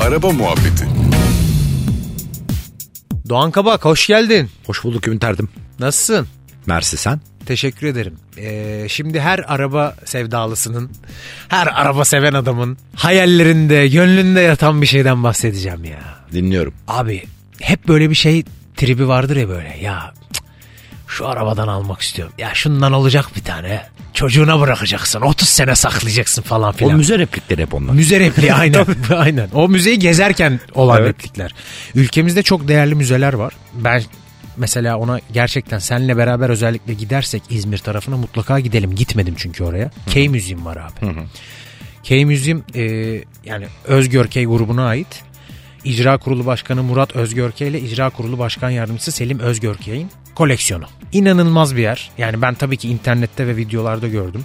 Araba Muhabbeti Doğan Kabak hoş geldin. Hoş bulduk Ümit Erdim. Nasılsın? Mersi sen. Teşekkür ederim. Ee, şimdi her araba sevdalısının, her araba seven adamın hayallerinde, gönlünde yatan bir şeyden bahsedeceğim ya. Dinliyorum. Abi hep böyle bir şey tribi vardır ya böyle ya cık, şu arabadan almak istiyorum. Ya şundan olacak bir tane. Çocuğuna bırakacaksın. 30 sene saklayacaksın falan O filan. müze replikleri hep onlar. Müze repliği aynen. aynen. O müzeyi gezerken olan Evet. replikler. Ülkemizde çok değerli müzeler var. Ben mesela ona gerçekten seninle beraber özellikle gidersek İzmir tarafına mutlaka gidelim. Gitmedim çünkü oraya. K Müziğim var abi. K Müziğim e, yani Özgör K grubuna ait. İcra Kurulu Başkanı Murat Özgörke ile İcra Kurulu Başkan Yardımcısı Selim Özgörke'nin koleksiyonu. İnanılmaz bir yer. Yani ben tabii ki internette ve videolarda gördüm.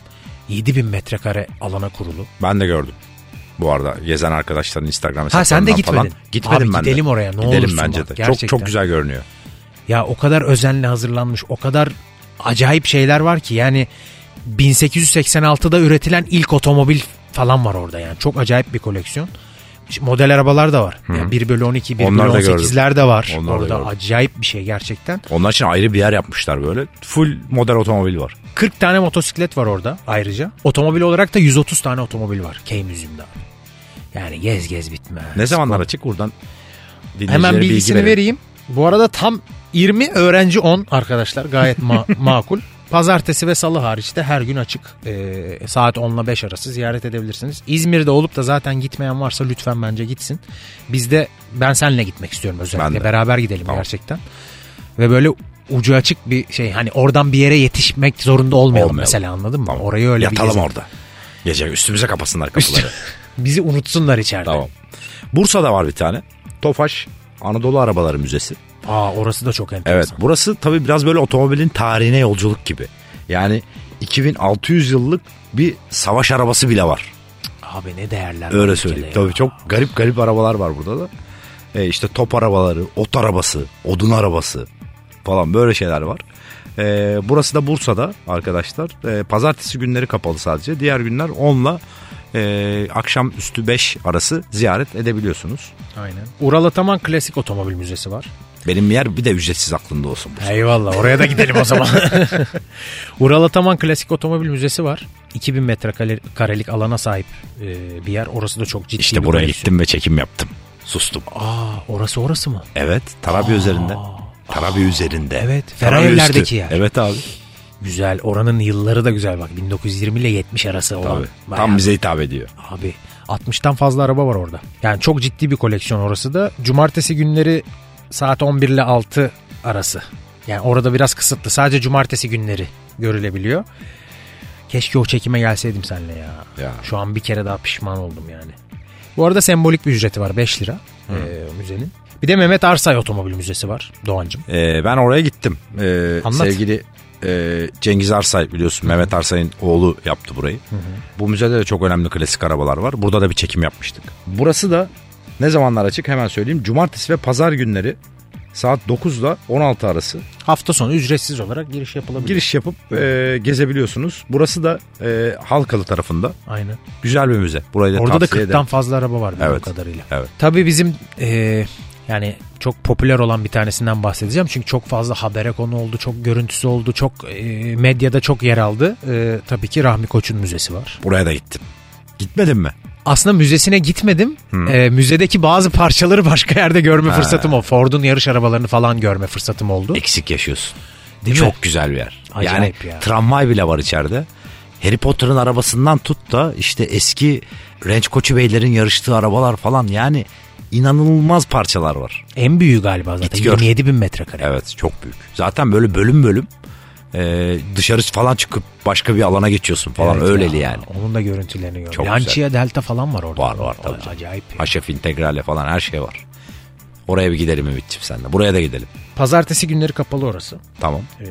7000 metrekare alana kurulu. Ben de gördüm. Bu arada gezen arkadaşların Instagram Ha, sen de hesaplarından falan. gitmedin. Gitmedim Abi ben de. gidelim oraya, ne Gidelim olursun bence bak, de. gerçekten. Çok çok güzel görünüyor. Ya o kadar özenle hazırlanmış, o kadar acayip şeyler var ki yani 1886'da üretilen ilk otomobil falan var orada yani. Çok acayip bir koleksiyon. Şimdi Model arabalar da var. Yani 1 bölü 12, 1 Onlar da bölü gördüm. 18'ler de var. Onlar da orada gördüm. acayip bir şey gerçekten. Onlar için ayrı bir yer yapmışlar böyle. Full model otomobil var. 40 tane motosiklet var orada ayrıca. Otomobil olarak da 130 tane otomobil var K Müziğim'de. Yani gez gez bitmez. Ne zamanlar açık buradan dinleyicilere Hemen bilgi bilgisini verelim. vereyim. Bu arada tam 20 öğrenci 10 arkadaşlar gayet ma- makul. Pazartesi ve salı hariç de her gün açık. Ee, saat 10 ile 5 arası ziyaret edebilirsiniz. İzmir'de olup da zaten gitmeyen varsa lütfen bence gitsin. Biz de ben seninle gitmek istiyorum Ben özellikle. de. Beraber gidelim Tamam. gerçekten. Ve böyle ucu açık bir şey hani oradan bir yere yetişmek zorunda olmayalım, Olmayalım. mesela anladın mı? Tamam. Orayı öyle bir Yatalım gezelim. orada. Gece üstümüze kapasınlar kapıları. Bizi unutsunlar içeride. tamam. Bursa'da var bir tane. Tofaş Anadolu Arabaları Müzesi. Aa orası da çok Evet enteresan. burası tabii biraz böyle otomobilin tarihine yolculuk gibi. Yani 2600 yıllık bir savaş arabası bile var. Abi ne değerler. bu Öyle ülkede söyleyeyim. ya. Tabii çok garip garip arabalar var burada da. E işte top arabaları, ot arabası, odun arabası falan böyle şeyler var. E, burası da Bursa'da arkadaşlar. E, pazartesi günleri kapalı sadece. Diğer günler 10'la e, akşam üstü 5 arası ziyaret edebiliyorsunuz. Aynen. Ural Ataman Klasik Otomobil Müzesi var. Benim yer bir de ücretsiz aklında olsun. bu. Eyvallah oraya da gidelim o zaman. Ural Ataman Klasik Otomobil Müzesi var. 2000 metrekarelik alana sahip e, bir yer. Orası da çok ciddi İşte bir buraya koleksiyon. gittim ve çekim yaptım. Sustum. Aa orası orası mı? Evet. Tarabya üzerinde. Tarabya üzerinde. Evet, Tarabya Ferayevler'deki üstü. yer. Evet abi. Güzel. Oranın yılları da güzel bak. 1920 ile 70 arası olan. Tabii. bayağı- Tam bize hitap ediyor. Abi 60'tan fazla araba var orada. Yani çok ciddi bir koleksiyon orası da. Cumartesi günleri saat 11 ile 6 arası. Yani orada biraz kısıtlı. Sadece cumartesi günleri görülebiliyor. Keşke o çekime gelseydim seninle ya. Ya. Şu an bir kere daha pişman oldum yani. Bu arada sembolik bir ücreti var 5 lira eee, müzenin. Bir de Mehmet Arsay Otomobil Müzesi var Doğancım. Ee, ben oraya gittim. Ee, Anlat. sevgili e, Cengiz Arsay biliyorsun Mehmet Arsay'ın oğlu yaptı burayı. Bu müzede de çok önemli klasik arabalar var. Burada da bir çekim yapmıştık. Burası da ne zamanlar açık hemen söyleyeyim. Cumartesi ve pazar günleri saat 9 ile 16 arası Hafta sonu ücretsiz olarak giriş yapılabilir. giriş yapıp e, gezebiliyorsunuz. Burası da e, Halkalı tarafında. Aynen. Güzel bir müze. Burayı da Orada da tavsiye 40'tan ederim. fazla araba var bildiğim Evet. kadarıyla. Evet. Tabii bizim eee, yani çok popüler olan bir tanesinden bahsedeceğim. Çünkü çok fazla habere konu oldu, çok görüntüsü oldu, çok eee, medyada çok yer aldı. Eee, tabii ki Rahmi Koç'un müzesi var. Buraya da gittim. Gitmedin mi? Aslında müzesine gitmedim. Eee, müzedeki bazı parçaları başka yerde görme fırsatım oldu. Ford'un yarış arabalarını falan görme fırsatım oldu. Eksik yaşıyorsun. Değil mi? Çok güzel bir yer. Acayip yani ya. tramvay bile var içeride. Harry Potter'ın arabasından tut da işte eski Range Koçu Beylerin yarıştığı arabalar falan yani inanılmaz parçalar var. En büyüğü galiba zaten. Git gör. 27 bin metrekare. Evet çok büyük. Zaten böyle bölüm bölüm e, dışarı falan çıkıp başka bir alana geçiyorsun falan Evet öyleli ya, yani. Onun da görüntülerini gördüm. Çok Lancia Delta falan var orada. Var, var, O- tabii canım. Acayip. ya. Haşef integrale falan her şey var. Oraya bir gidelim Ümit'ciğim senle. Buraya da gidelim. Pazartesi günleri kapalı orası. Tamam. Ee,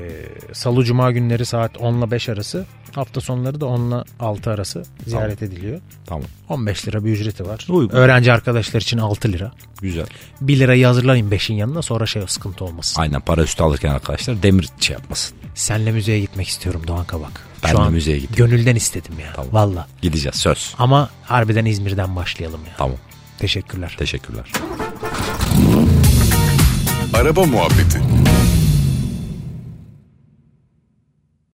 Salı cuma günleri saat 10 ile 5 arası. Hafta sonları da 10 ile 6 arası ziyaret ediliyor. Tamam. 15 lira bir ücreti var. Uygun. Öğrenci arkadaşlar için 6 lira. Güzel. 1 lirayı hazırlayın 5'in yanına sonra şey sıkıntı olmasın. Aynen para üstü alırken arkadaşlar demir şey yapmasın. Senle müzeye gitmek istiyorum Doğan Kabak. Ben Şu de an müzeye gideyim. Gönülden istedim ya. Tamam. Valla. Gideceğiz söz. Ama harbiden İzmir'den başlayalım ya. Tamam. Teşekkürler. Teşekkürler. Araba Muhabbeti